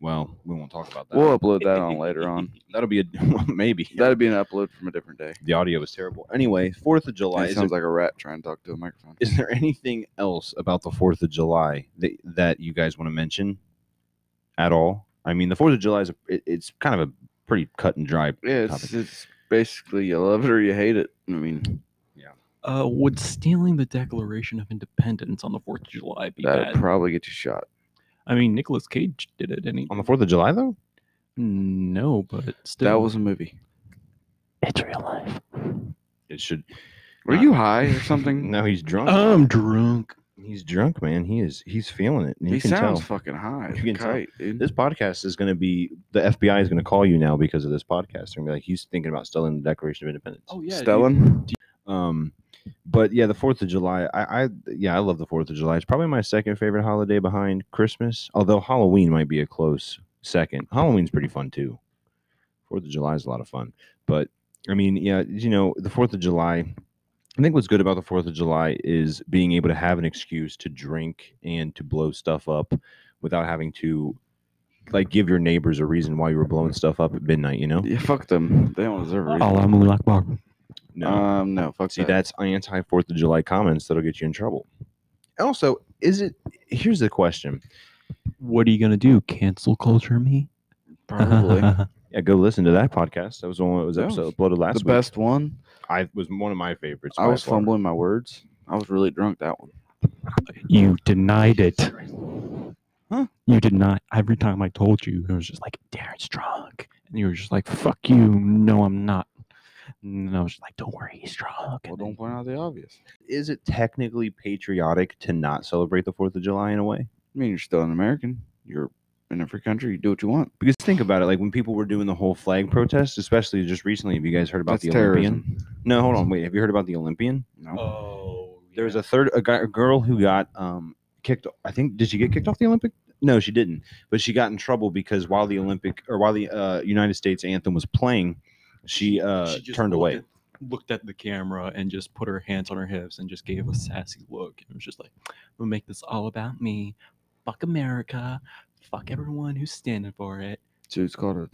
[SPEAKER 2] well, we won't talk about that.
[SPEAKER 1] We'll upload that on later on.
[SPEAKER 2] That'll be a maybe.
[SPEAKER 1] That'd be an upload from a different day.
[SPEAKER 2] the audio was terrible. Anyway, Fourth of July.
[SPEAKER 1] it
[SPEAKER 2] is a-
[SPEAKER 1] sounds like a rat trying to talk to a microphone.
[SPEAKER 2] is there anything else about the Fourth of July that that you guys want to mention at all? I mean, the Fourth of July is a, it, it's kind of a pretty cut and dry.
[SPEAKER 1] Yeah, it's,
[SPEAKER 2] topic.
[SPEAKER 1] it's basically you love it or you hate it. I mean,
[SPEAKER 3] Uh, would stealing the Declaration of Independence on the Fourth of July be
[SPEAKER 1] that'd
[SPEAKER 3] bad?
[SPEAKER 1] probably get you shot.
[SPEAKER 3] I mean, Nicolas Cage did it, and he
[SPEAKER 2] on the Fourth of July though.
[SPEAKER 3] no, but still,
[SPEAKER 1] Um, That was a movie.
[SPEAKER 3] it's real life.
[SPEAKER 2] It should.
[SPEAKER 1] Were
[SPEAKER 2] Uh,
[SPEAKER 1] you high or something?
[SPEAKER 2] No, he's drunk.
[SPEAKER 3] I'm drunk.
[SPEAKER 2] he's drunk, man. He is. He's feeling it. and
[SPEAKER 1] he
[SPEAKER 2] you can
[SPEAKER 1] sounds
[SPEAKER 2] tell.
[SPEAKER 1] fucking high.
[SPEAKER 2] You
[SPEAKER 1] as a
[SPEAKER 2] can tell.
[SPEAKER 1] kite, dude.
[SPEAKER 2] This podcast is going to be the FBI is going to call you now because of this podcast. They're going to be like, he's thinking about stealing the Declaration of Independence.
[SPEAKER 3] Oh yeah, dude.
[SPEAKER 1] Stellan.
[SPEAKER 2] Um, but yeah, the Fourth of July. I, I yeah, I love the Fourth of July. It's probably my second favorite holiday behind Christmas. Although Halloween might be a close second. Halloween's pretty fun too. Fourth of July is a lot of fun. But I mean, yeah, you know, the Fourth of July. I think what's good about the Fourth of July is being able to have an excuse to drink and to blow stuff up without having to like give your neighbors a reason why you were blowing stuff up at midnight. You know?
[SPEAKER 1] Yeah, fuck them. They don't deserve it.
[SPEAKER 3] Allahu Akbar.
[SPEAKER 2] No.
[SPEAKER 1] Um, no, fuck
[SPEAKER 2] See,
[SPEAKER 1] that.
[SPEAKER 2] that's anti Fourth of July comments that'll get you in trouble. Also, is it? Here's the question.
[SPEAKER 3] What are you gonna do? Cancel culture me?
[SPEAKER 1] Probably
[SPEAKER 2] Yeah, go listen to that podcast. That was the one that was
[SPEAKER 1] That
[SPEAKER 2] episode
[SPEAKER 1] was
[SPEAKER 2] uploaded last
[SPEAKER 1] the
[SPEAKER 2] week.
[SPEAKER 1] best one.
[SPEAKER 2] I was one of my favorites.
[SPEAKER 1] I
[SPEAKER 2] by
[SPEAKER 1] was
[SPEAKER 2] far.
[SPEAKER 1] fumbling my words. I was really drunk that one.
[SPEAKER 3] You denied it.
[SPEAKER 1] Huh?
[SPEAKER 3] You did not. Every time I told you, it was just like Darren's drunk, and you were just like, "Fuck you, no, I'm not." And I was just like, "Don't worry, he's drunk."
[SPEAKER 1] Well,
[SPEAKER 3] and
[SPEAKER 1] don't point out the obvious.
[SPEAKER 2] Is it technically patriotic to not celebrate the Fourth of July in a way?
[SPEAKER 1] I mean, you're still an American. You're in a free country. You do what you want.
[SPEAKER 2] Because think about it, like when people were doing the whole flag protest, especially just recently. Have you guys heard about
[SPEAKER 1] That's
[SPEAKER 2] the Olympian?
[SPEAKER 1] terrorism.
[SPEAKER 2] No, hold on, wait. Have you heard about the Olympian?
[SPEAKER 1] No.
[SPEAKER 3] Oh,
[SPEAKER 2] There was a third a, guy, a girl who got um kicked. I think did she get kicked off the Olympic? No, she didn't. But she got in trouble because while the Olympic or while the uh, United States anthem was playing, she, uh, turned away.
[SPEAKER 3] looked at the camera and just put her hands on her hips and just gave a sassy look. It was just like, "I'm gonna make this all about me. Fuck America. Fuck everyone who's standing for it."
[SPEAKER 1] Dude, it's called a,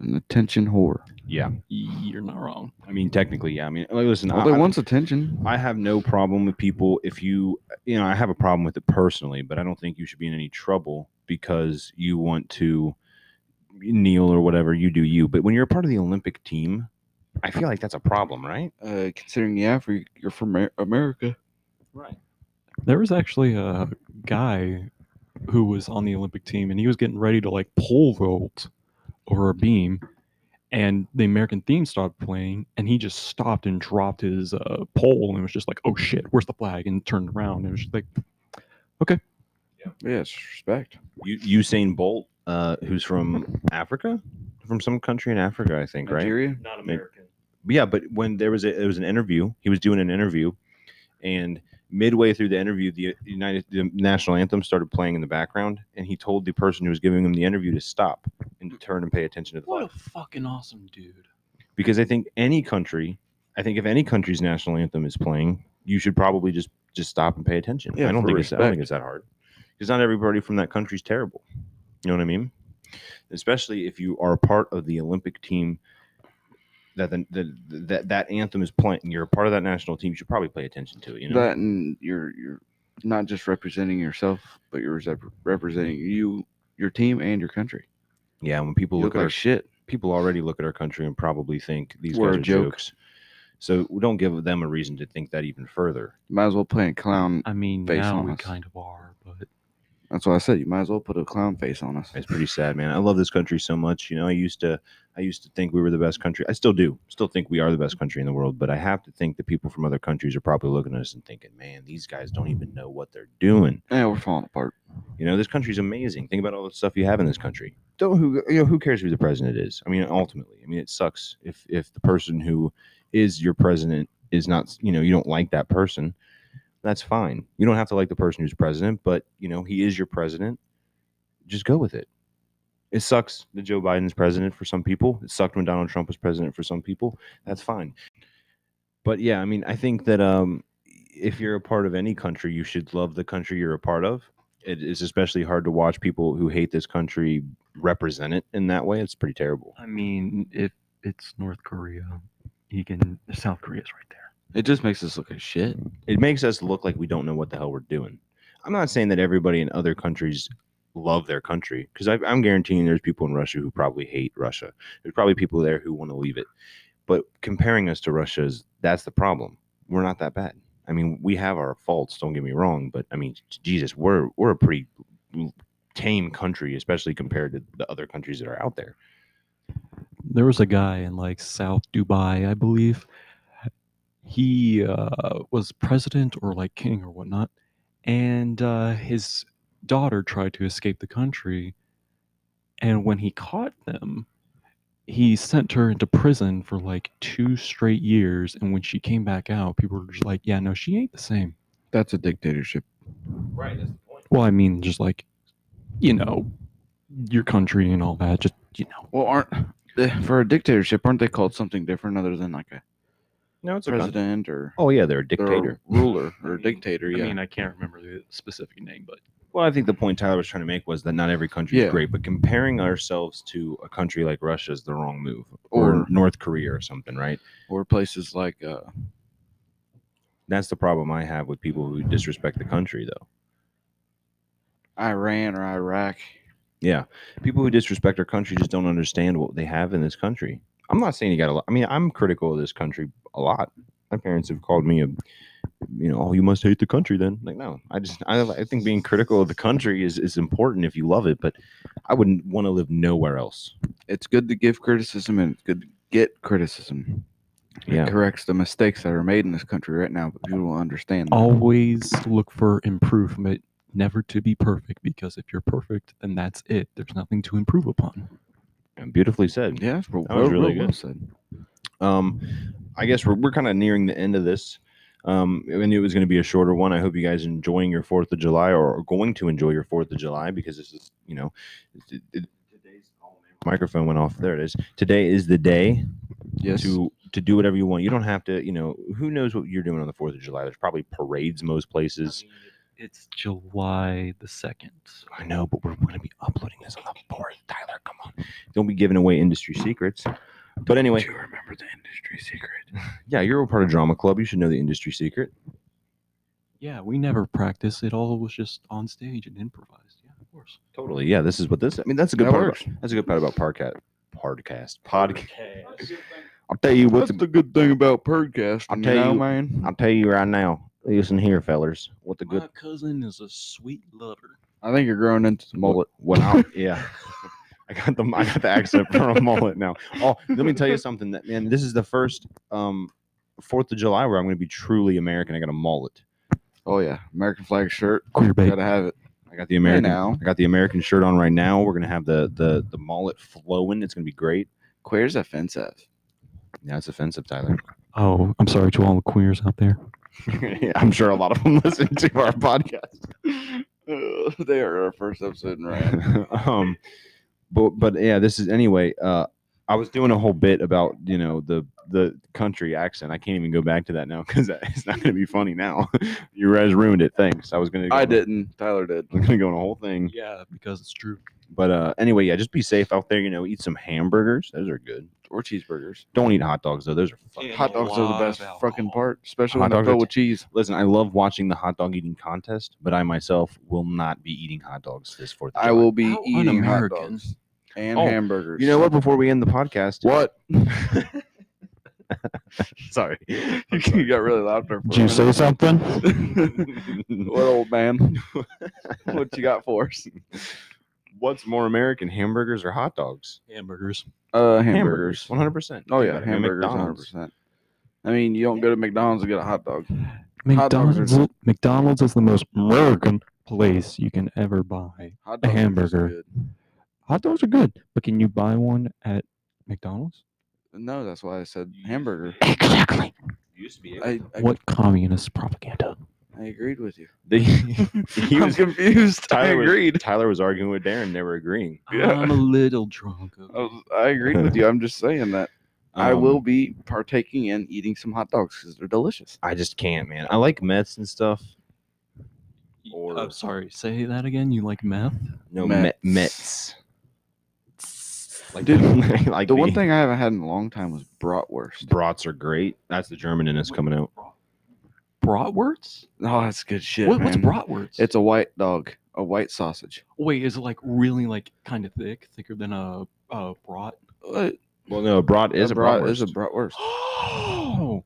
[SPEAKER 1] an attention whore.
[SPEAKER 2] Yeah,
[SPEAKER 3] You're not wrong.
[SPEAKER 2] I mean technically, yeah. I mean, like, listen,
[SPEAKER 1] Well,
[SPEAKER 2] I,
[SPEAKER 1] they
[SPEAKER 2] I-
[SPEAKER 1] wants attention.
[SPEAKER 2] I have no problem with people if you, you know, I have a problem with it personally, but I don't think you should be in any trouble because you want to kneel or whatever you do you. But when you're a part of the Olympic team, I feel like that's a problem, right?
[SPEAKER 1] uh, considering, yeah, for you're from Mer- America.
[SPEAKER 2] Right.
[SPEAKER 3] There was actually a guy who was on the Olympic team and he was getting ready to like pole vault over a beam and the American theme started playing and he just stopped and dropped his uh, pole and was just like, oh shit, where's the flag? And turned around and it was just like,
[SPEAKER 1] Yeah, it's respect.
[SPEAKER 2] U- Usain Bolt, uh, who's from Africa, from some country in Africa, I think, right?
[SPEAKER 1] Nigeria.
[SPEAKER 3] not
[SPEAKER 2] American. yeah, but when there was a, it was an interview, he was doing an interview, and midway through the interview, the United the national anthem started playing in the background, and he told the person who was giving him the interview to stop and to turn and pay attention to the flag
[SPEAKER 3] What a fucking awesome dude.
[SPEAKER 2] because I think any country, I think if any country's national anthem is playing, you should probably just just stop and pay attention.
[SPEAKER 1] Yeah,
[SPEAKER 2] I don't
[SPEAKER 1] for
[SPEAKER 2] think it's I don't think
[SPEAKER 1] respect.
[SPEAKER 2] it's that hard because not everybody from that country's terrible. You know what I mean? Especially if you are a part of the Olympic team that the, the, that that anthem is playing, and you're a part of that national team. You should probably pay attention to it. You know,
[SPEAKER 1] That and you're you're not just representing yourself, but you're rep- representing you, your team, and your country.
[SPEAKER 2] yeah. When people
[SPEAKER 1] You
[SPEAKER 2] look,
[SPEAKER 1] look
[SPEAKER 2] at
[SPEAKER 1] like
[SPEAKER 2] our
[SPEAKER 1] shit.
[SPEAKER 2] people already look at our country and probably think these
[SPEAKER 1] We're
[SPEAKER 2] guys
[SPEAKER 1] a
[SPEAKER 2] are
[SPEAKER 1] joke.
[SPEAKER 2] jokes. So we don't give them a reason to think that even further.
[SPEAKER 1] You might as well play a clown.
[SPEAKER 3] I mean,
[SPEAKER 1] Face
[SPEAKER 3] now
[SPEAKER 1] on
[SPEAKER 3] we
[SPEAKER 1] us.
[SPEAKER 3] kind of are, but
[SPEAKER 1] That's what I said. You might as well put a clown face on us.
[SPEAKER 2] It's pretty sad, man. I love this country so much. You know, I used to I used to think we were the best country. I still do. Still think we are the best country in the world, but I have to think that people from other countries are probably looking at us and thinking, "Man, these guys don't even know what they're doing."
[SPEAKER 1] Yeah, we're falling apart.
[SPEAKER 2] You know, this country's amazing. Think about all the stuff you have in this country. Don't who you know who cares who the president is? I mean, ultimately, I mean, it sucks if if the person who is your president is not, you know, you don't like that person. That's fine. You don't have to like the person who's president, but you know, he is your president. Just go with it. It sucks that Joe Biden's president for some people. It sucked when Donald Trump was president for some people. That's fine. But yeah, I mean, I think that um if you're a part of any country, you should love the country you're a part of it is especially hard to watch people who hate this country represent it in that way. It's pretty terrible.
[SPEAKER 3] I mean, if it's North Korea, you can, South Korea's right there.
[SPEAKER 1] It just makes us look like shit.
[SPEAKER 2] It makes us look like we don't know what the hell we're doing. I'm not saying that everybody in other countries love their country because I'm guaranteeing there's people in Russia who probably hate Russia. There's probably people there who want to leave it. But comparing us to Russia is that's the problem. We're not that bad. I mean, we have our faults. Don't get me wrong, but I mean, Jesus, we're we're a pretty tame country, especially compared to the other countries that are out there.
[SPEAKER 3] there was a guy in like South Dubai, I believe. He uh, was president or like king or whatnot, and uh, his daughter tried to escape the country. And when he caught them, he sent her into prison for like two straight years, and when she came back out, people were just like, "Yeah, no, she ain't the same."
[SPEAKER 1] That's a dictatorship.
[SPEAKER 2] Right. That's the point.
[SPEAKER 3] Well, I mean, just like, you know, your country and all that. Just you know,
[SPEAKER 1] Well, aren't eh, for a dictatorship? Aren't they called something different other than like a
[SPEAKER 2] No, it's a gun.
[SPEAKER 1] president or
[SPEAKER 2] Oh yeah, they're a
[SPEAKER 1] or a
[SPEAKER 2] dictator.
[SPEAKER 1] ruler, or
[SPEAKER 3] I
[SPEAKER 1] a
[SPEAKER 3] mean-
[SPEAKER 1] dictator?
[SPEAKER 3] I
[SPEAKER 1] Yeah.
[SPEAKER 3] mean, I can't remember the specific name, but
[SPEAKER 2] Well, I think the point Tyler was trying to make was that not every country is
[SPEAKER 1] Yeah.
[SPEAKER 2] great, but comparing ourselves to a country like Russia is the wrong move,
[SPEAKER 1] Or-
[SPEAKER 2] or North Korea or something, right?
[SPEAKER 1] or places like uh,
[SPEAKER 2] That's the problem I have with people who disrespect the country, though.
[SPEAKER 1] Iran or Iraq.
[SPEAKER 2] Yeah, people who disrespect our country just don't understand what they have in this country. I'm not saying you got a lot. I mean, I'm critical of this country a lot. My parents have called me a, you know, oh, you must hate the country. Then, like, no, I just, I, I think being critical of the country is is important if you love it, but I wouldn't want to live nowhere else.
[SPEAKER 1] It's good to give criticism and it's good to get criticism.
[SPEAKER 2] Yeah.
[SPEAKER 1] It corrects the mistakes that are made in this country right now, but people don't understand.
[SPEAKER 2] Oh.
[SPEAKER 1] that.
[SPEAKER 3] always look for improvement, never to be perfect, because if you're perfect, then that's it. There's nothing to improve upon.
[SPEAKER 2] Beautifully said.
[SPEAKER 1] Yeah, that's real-
[SPEAKER 2] That was
[SPEAKER 1] real-
[SPEAKER 2] really
[SPEAKER 1] real
[SPEAKER 2] good.
[SPEAKER 1] said.
[SPEAKER 2] Um, I guess we're, we're kind of nearing the end of this. Um, I knew it was going to be a shorter one. I hope you guys enjoying your Fourth of July or are going to enjoy your Fourth of July because this is, you know, it, it, today's microphone went off. There it is. Today is the day
[SPEAKER 1] Yes.
[SPEAKER 2] to to do whatever you want. You don't have to, you know, who knows what you're doing on the Fourth of July? There's probably parades most places.
[SPEAKER 3] It's July the 2nd.
[SPEAKER 2] I know, but we're going to be uploading this on the Fourth. Tyler, come on! Don't be giving away industry secrets. But anyway,
[SPEAKER 1] Do you remember the industry secret?
[SPEAKER 2] yeah, you're a part of Drama Club. You should know the industry secret.
[SPEAKER 3] Yeah, we never practiced. It all was just on stage and improvised. Yeah, of course.
[SPEAKER 2] Totally. Yeah, this is what this. I mean, that's a good
[SPEAKER 1] That
[SPEAKER 2] part.
[SPEAKER 1] works.
[SPEAKER 2] About, that's a good part about podcast. Podcast. Podcast. I'll tell you what.
[SPEAKER 1] What's
[SPEAKER 2] The,
[SPEAKER 1] the good thing about podcasting?
[SPEAKER 2] I'll
[SPEAKER 1] you
[SPEAKER 2] tell
[SPEAKER 1] know,
[SPEAKER 2] you-
[SPEAKER 1] man.
[SPEAKER 2] I'll tell you right now. Listen here, fellas. What the
[SPEAKER 3] My
[SPEAKER 2] good
[SPEAKER 3] cousin is a sweet lover.
[SPEAKER 1] I think you're growing into the mullet.
[SPEAKER 2] mullet? What? I, yeah. I got the I got the accent from a mullet now. Oh, let me tell you something. That man, this is the first um Fourth of July where I'm going to be truly American. I got a mullet.
[SPEAKER 1] Oh yeah, American flag shirt.
[SPEAKER 3] Queer bait.
[SPEAKER 1] Gotta have it.
[SPEAKER 2] I got the American.
[SPEAKER 1] now.
[SPEAKER 2] I got the American shirt on right now. We're going to have the the the mullet flowing. It's going to be great.
[SPEAKER 1] Queer's offensive.
[SPEAKER 2] Yeah, it's offensive, Tyler.
[SPEAKER 3] Oh, I'm sorry to all the queers out there.
[SPEAKER 2] I'm sure a lot of them listen to our podcast.
[SPEAKER 1] Ugh, they are our first episode in Ryan.
[SPEAKER 2] um but but yeah this is anyway uh i was doing a whole bit about you know the the country accent i can't even go back to that now because it's not going to be funny now you guys ruined it thanks i was going to
[SPEAKER 1] I didn't. Tyler did.
[SPEAKER 2] i'm going to go on a whole thing
[SPEAKER 3] Yeah, because it's true.
[SPEAKER 2] but uh anyway yeah just be safe out there you know eat some hamburgers those are good
[SPEAKER 1] Or cheeseburgers.
[SPEAKER 2] don't eat hot dogs though those are fucking
[SPEAKER 3] And
[SPEAKER 1] Hot
[SPEAKER 3] a
[SPEAKER 1] dogs are the
[SPEAKER 3] lot
[SPEAKER 1] best
[SPEAKER 3] of alcohol.
[SPEAKER 1] fucking part, especially
[SPEAKER 2] Hot
[SPEAKER 1] when they're
[SPEAKER 2] dogs are
[SPEAKER 1] filled with cheese.
[SPEAKER 2] listen i love watching the hot dog eating contest but i myself will not be eating hot dogs this fourth of
[SPEAKER 1] I
[SPEAKER 2] July.
[SPEAKER 1] will be
[SPEAKER 3] How
[SPEAKER 1] eating hot
[SPEAKER 3] un-American.
[SPEAKER 1] dogs and
[SPEAKER 2] Oh,
[SPEAKER 1] hamburgers.
[SPEAKER 2] you know what before we end the podcast
[SPEAKER 1] What?
[SPEAKER 2] sorry
[SPEAKER 1] You got really loud there. for a
[SPEAKER 3] Did you say
[SPEAKER 1] minute.
[SPEAKER 3] something?
[SPEAKER 1] What old man? what you got for us?
[SPEAKER 2] What's more American, hamburgers or hot dogs?
[SPEAKER 3] Hamburgers.
[SPEAKER 1] Uh, hamburgers.
[SPEAKER 2] one hundred percent.
[SPEAKER 1] Oh yeah, hamburgers. One hundred percent. I mean, you don't go to McDonald's and get a hot dog. Hot dogs are
[SPEAKER 3] McDonald's. McDonald's is the most American place you can ever buy.
[SPEAKER 1] Hot dogs are just
[SPEAKER 3] hamburger.
[SPEAKER 1] good.
[SPEAKER 3] Hot dogs are good, but can you buy one at McDonald's?
[SPEAKER 1] No, that's why I said hamburger.
[SPEAKER 3] Exactly.
[SPEAKER 2] Used to be.
[SPEAKER 1] I I,
[SPEAKER 3] What communist propaganda?
[SPEAKER 1] I agreed with you.
[SPEAKER 2] They, he
[SPEAKER 1] I'm
[SPEAKER 2] was,
[SPEAKER 1] confused. I
[SPEAKER 2] Tyler was-
[SPEAKER 1] agreed.
[SPEAKER 2] Tyler was arguing with Darren. They were agreeing.
[SPEAKER 1] Yeah.
[SPEAKER 3] I'm a little drunk. Oh,
[SPEAKER 1] I, was, I agreed with you. I'm just saying that I
[SPEAKER 2] Um,
[SPEAKER 1] will be partaking in eating some hot dogs because they're delicious.
[SPEAKER 2] I just can't, man. I like meths and stuff.
[SPEAKER 3] Or... I'm sorry. Say that again. You like meth?
[SPEAKER 2] No
[SPEAKER 1] Mets.
[SPEAKER 2] mets. mets. Like
[SPEAKER 1] Dude,
[SPEAKER 2] the, like
[SPEAKER 1] The one thing I haven't had in a long time was bratwurst.
[SPEAKER 2] brats are great. That's the German in us coming out.
[SPEAKER 3] Bratwurst?
[SPEAKER 1] Oh, that's good shit.
[SPEAKER 3] What, what's
[SPEAKER 1] man.
[SPEAKER 3] bratwurst?
[SPEAKER 1] It's a white dog, a white sausage.
[SPEAKER 3] Wait, is it like really like kind of thick, thicker than a, a brat?
[SPEAKER 1] What?
[SPEAKER 2] Well, no, a brat is a,
[SPEAKER 1] brat-
[SPEAKER 2] bratwurst.
[SPEAKER 1] Is a bratwurst.
[SPEAKER 3] Oh,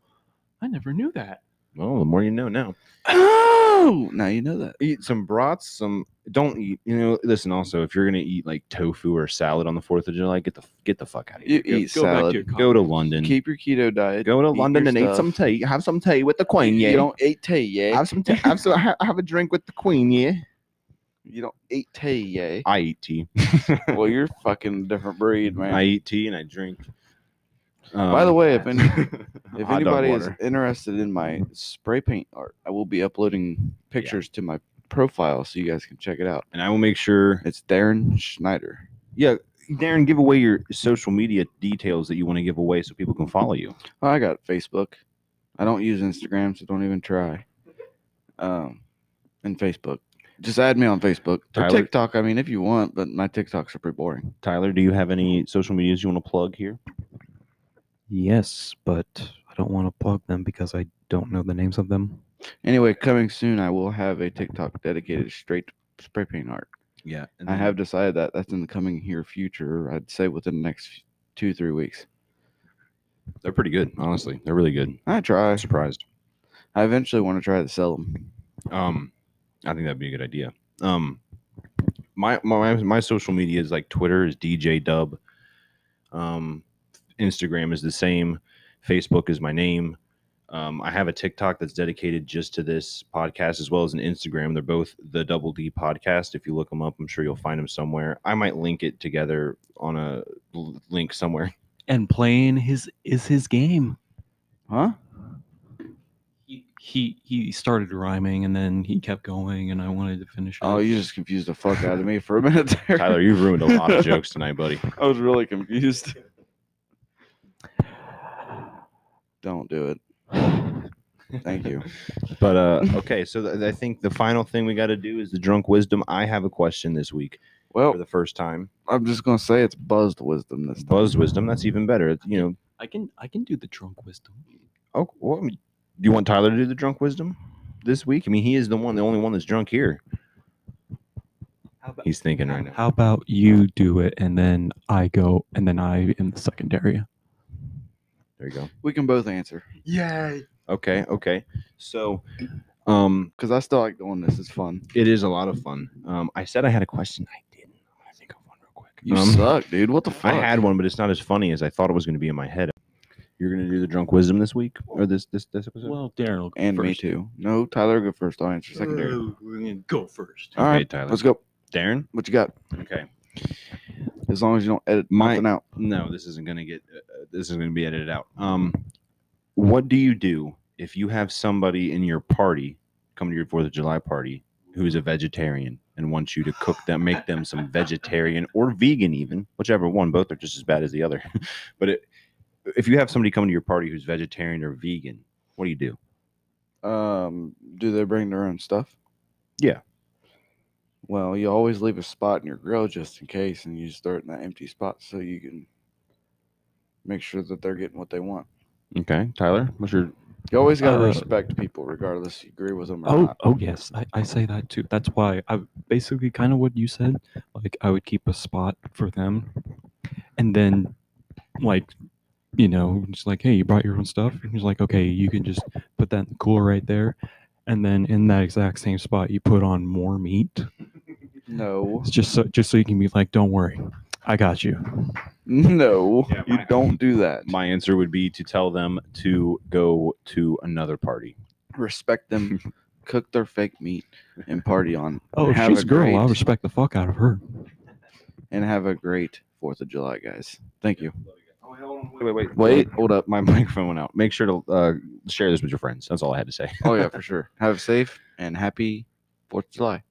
[SPEAKER 3] I never knew that.
[SPEAKER 2] well, the more you know now.
[SPEAKER 1] Oh, now you know that.
[SPEAKER 2] eat some brats some don't eat you know listen also if you're gonna eat like tofu or salad on the fourth of july get the get the fuck out of here
[SPEAKER 1] You eat
[SPEAKER 3] go back to
[SPEAKER 1] salad.
[SPEAKER 3] your
[SPEAKER 2] go to
[SPEAKER 3] comments.
[SPEAKER 2] london
[SPEAKER 1] Keep your keto diet.
[SPEAKER 2] go to
[SPEAKER 1] eat
[SPEAKER 2] london
[SPEAKER 1] your
[SPEAKER 2] and eat some
[SPEAKER 1] stuff.
[SPEAKER 2] tea have some tea with the queen yeah
[SPEAKER 1] You don't eat tea, yeah.
[SPEAKER 2] have some tea have, some, ha- have a drink with the queen yeah
[SPEAKER 1] You don't eat tea, yay.
[SPEAKER 2] I eat tea.
[SPEAKER 1] well, you're fucking different breed, man.
[SPEAKER 2] I eat tea and I drink.
[SPEAKER 1] By the
[SPEAKER 2] um,
[SPEAKER 1] way, if any, if
[SPEAKER 2] hot dog
[SPEAKER 1] anybody is
[SPEAKER 2] water.
[SPEAKER 1] interested in my spray paint art, I will be uploading pictures to my profile so you guys can check it out.
[SPEAKER 2] and I will make sure.
[SPEAKER 1] It's Darren Schneider.
[SPEAKER 2] Yeah, Darren, give away your social media details that you want to give away so people can follow you.
[SPEAKER 1] Oh, I got Facebook. I don't use Instagram, so don't even try. Um, and Facebook. Just add me on Facebook or
[SPEAKER 2] Tyler-
[SPEAKER 1] TikTok. I mean, if you want, but my TikToks are pretty boring.
[SPEAKER 2] Tyler, do you have any social medias you want to plug here?
[SPEAKER 3] Yes, but I don't want to plug them because I don't know the names of them.
[SPEAKER 1] Anyway, coming soon, I will have a TikTok dedicated straight to spray paint art.
[SPEAKER 2] Yeah,
[SPEAKER 1] I have decided that that's in the coming here future. I'd say within the next f- two three weeks.
[SPEAKER 2] They're pretty good, honestly. They're really good.
[SPEAKER 1] I try.
[SPEAKER 2] I'm surprised.
[SPEAKER 1] I eventually want to try to sell them.
[SPEAKER 2] Um, I think that'd be a good idea. Um, my my my social media is like Twitter is DJ Dub. Um, Instagram is the same. Facebook is my name. Um, I have a TikTok that's dedicated just to this podcast, as well as an Instagram. They're both the Double D Podcast. If you look them up, I'm sure you'll find them somewhere. I might link it together on a l- link somewhere.
[SPEAKER 3] And playing his is his game.
[SPEAKER 1] Huh?
[SPEAKER 3] He he, he started rhyming and then he kept going, and I wanted to finish.
[SPEAKER 1] Oh,
[SPEAKER 3] it.
[SPEAKER 1] you just confused the fuck out of me for a minute there.
[SPEAKER 2] Tyler, you've ruined a lot of jokes tonight, buddy.
[SPEAKER 1] I was really confused. Don't do it. Thank you.
[SPEAKER 2] But uh, okay, so th- I think the final thing we got to do is the drunk wisdom. I have a question this week for
[SPEAKER 1] Well,
[SPEAKER 2] the first time.
[SPEAKER 1] I'm just gonna say it's buzzed wisdom this time.
[SPEAKER 2] Buzz wisdom. That's even better. It's, You know.
[SPEAKER 3] I can I can do the drunk wisdom.
[SPEAKER 2] Oh, well, I mean, do you want Tyler to do the drunk wisdom this week? I mean, he is the one, the only one that's drunk here.
[SPEAKER 3] How about,
[SPEAKER 2] He's thinking right now.
[SPEAKER 3] how about you do it and then I go and then I in the secondary.
[SPEAKER 2] There you go.
[SPEAKER 1] We can both answer
[SPEAKER 2] Yay. Okay. Okay. So, um,
[SPEAKER 1] because I still like doing this. It's fun.
[SPEAKER 2] it is a lot of fun. Um, I said I had a question. I didn't. I'm gonna think of one real quick.
[SPEAKER 1] You
[SPEAKER 2] Um,
[SPEAKER 1] suck, dude. What the fuck?
[SPEAKER 2] I had one, but it's not as funny as I thought it was going to be in my head. You're going to do the drunk wisdom this week or this this this episode?
[SPEAKER 3] Well, Darren will go
[SPEAKER 1] and me
[SPEAKER 3] first.
[SPEAKER 1] too. No, Tyler, go first. I'll answer secondary. All
[SPEAKER 3] Go first.
[SPEAKER 2] okay,
[SPEAKER 1] right,
[SPEAKER 2] Tyler.
[SPEAKER 1] let's go.
[SPEAKER 2] Darren.
[SPEAKER 1] What you got?
[SPEAKER 2] Okay.
[SPEAKER 1] As long as you don't edit
[SPEAKER 2] My-
[SPEAKER 1] nothing out.
[SPEAKER 2] No, this isn't gonna get. Uh, this is gonna be edited out. Um, what do you do if you have somebody in your party come to your Fourth of July party who is a vegetarian and wants you to cook them, make them some vegetarian or vegan, even whichever one. Both are just as bad as the other. but it, if you have somebody come to your party who's vegetarian or vegan, what do you do?
[SPEAKER 1] Um, do they bring their own stuff?
[SPEAKER 2] Yeah.
[SPEAKER 1] Well, you always leave a spot in your grill just in case, and you just throw it in that empty spot so you can make sure that they're getting what they want.
[SPEAKER 2] Okay, Tyler, what's your?
[SPEAKER 1] You always gotta
[SPEAKER 3] Uh,
[SPEAKER 1] respect people, regardless you agree with them or
[SPEAKER 3] Oh,
[SPEAKER 1] not.
[SPEAKER 3] oh yes, I, I say that too. That's why I basically kind of what you said. Like I would keep a spot for them, and then, like, you know, just like, hey, you brought your own stuff. And he's like, okay, you can just put that in the cooler right there, and then in that exact same spot, you put on more meat.
[SPEAKER 1] No,
[SPEAKER 3] It's just so just so you can be like, don't worry, I got you.
[SPEAKER 1] no,
[SPEAKER 2] Yeah,
[SPEAKER 1] you
[SPEAKER 2] my-
[SPEAKER 1] don't do that.
[SPEAKER 2] My answer would be to tell them to go to another party.
[SPEAKER 1] Respect them, cook their fake meat, and party on.
[SPEAKER 3] Oh,
[SPEAKER 1] and
[SPEAKER 3] if
[SPEAKER 1] have
[SPEAKER 3] she's
[SPEAKER 1] a
[SPEAKER 3] a girl, I'll
[SPEAKER 1] great-
[SPEAKER 3] respect the fuck out of her.
[SPEAKER 1] and have a great Fourth of July, guys. Thank you.
[SPEAKER 2] Wait, wait,
[SPEAKER 1] Wait, hold up.
[SPEAKER 2] my microphone went out. Make sure to uh, share this with your friends. That's all I had to say.
[SPEAKER 1] Oh yeah, for sure. Have a safe and happy Fourth of July.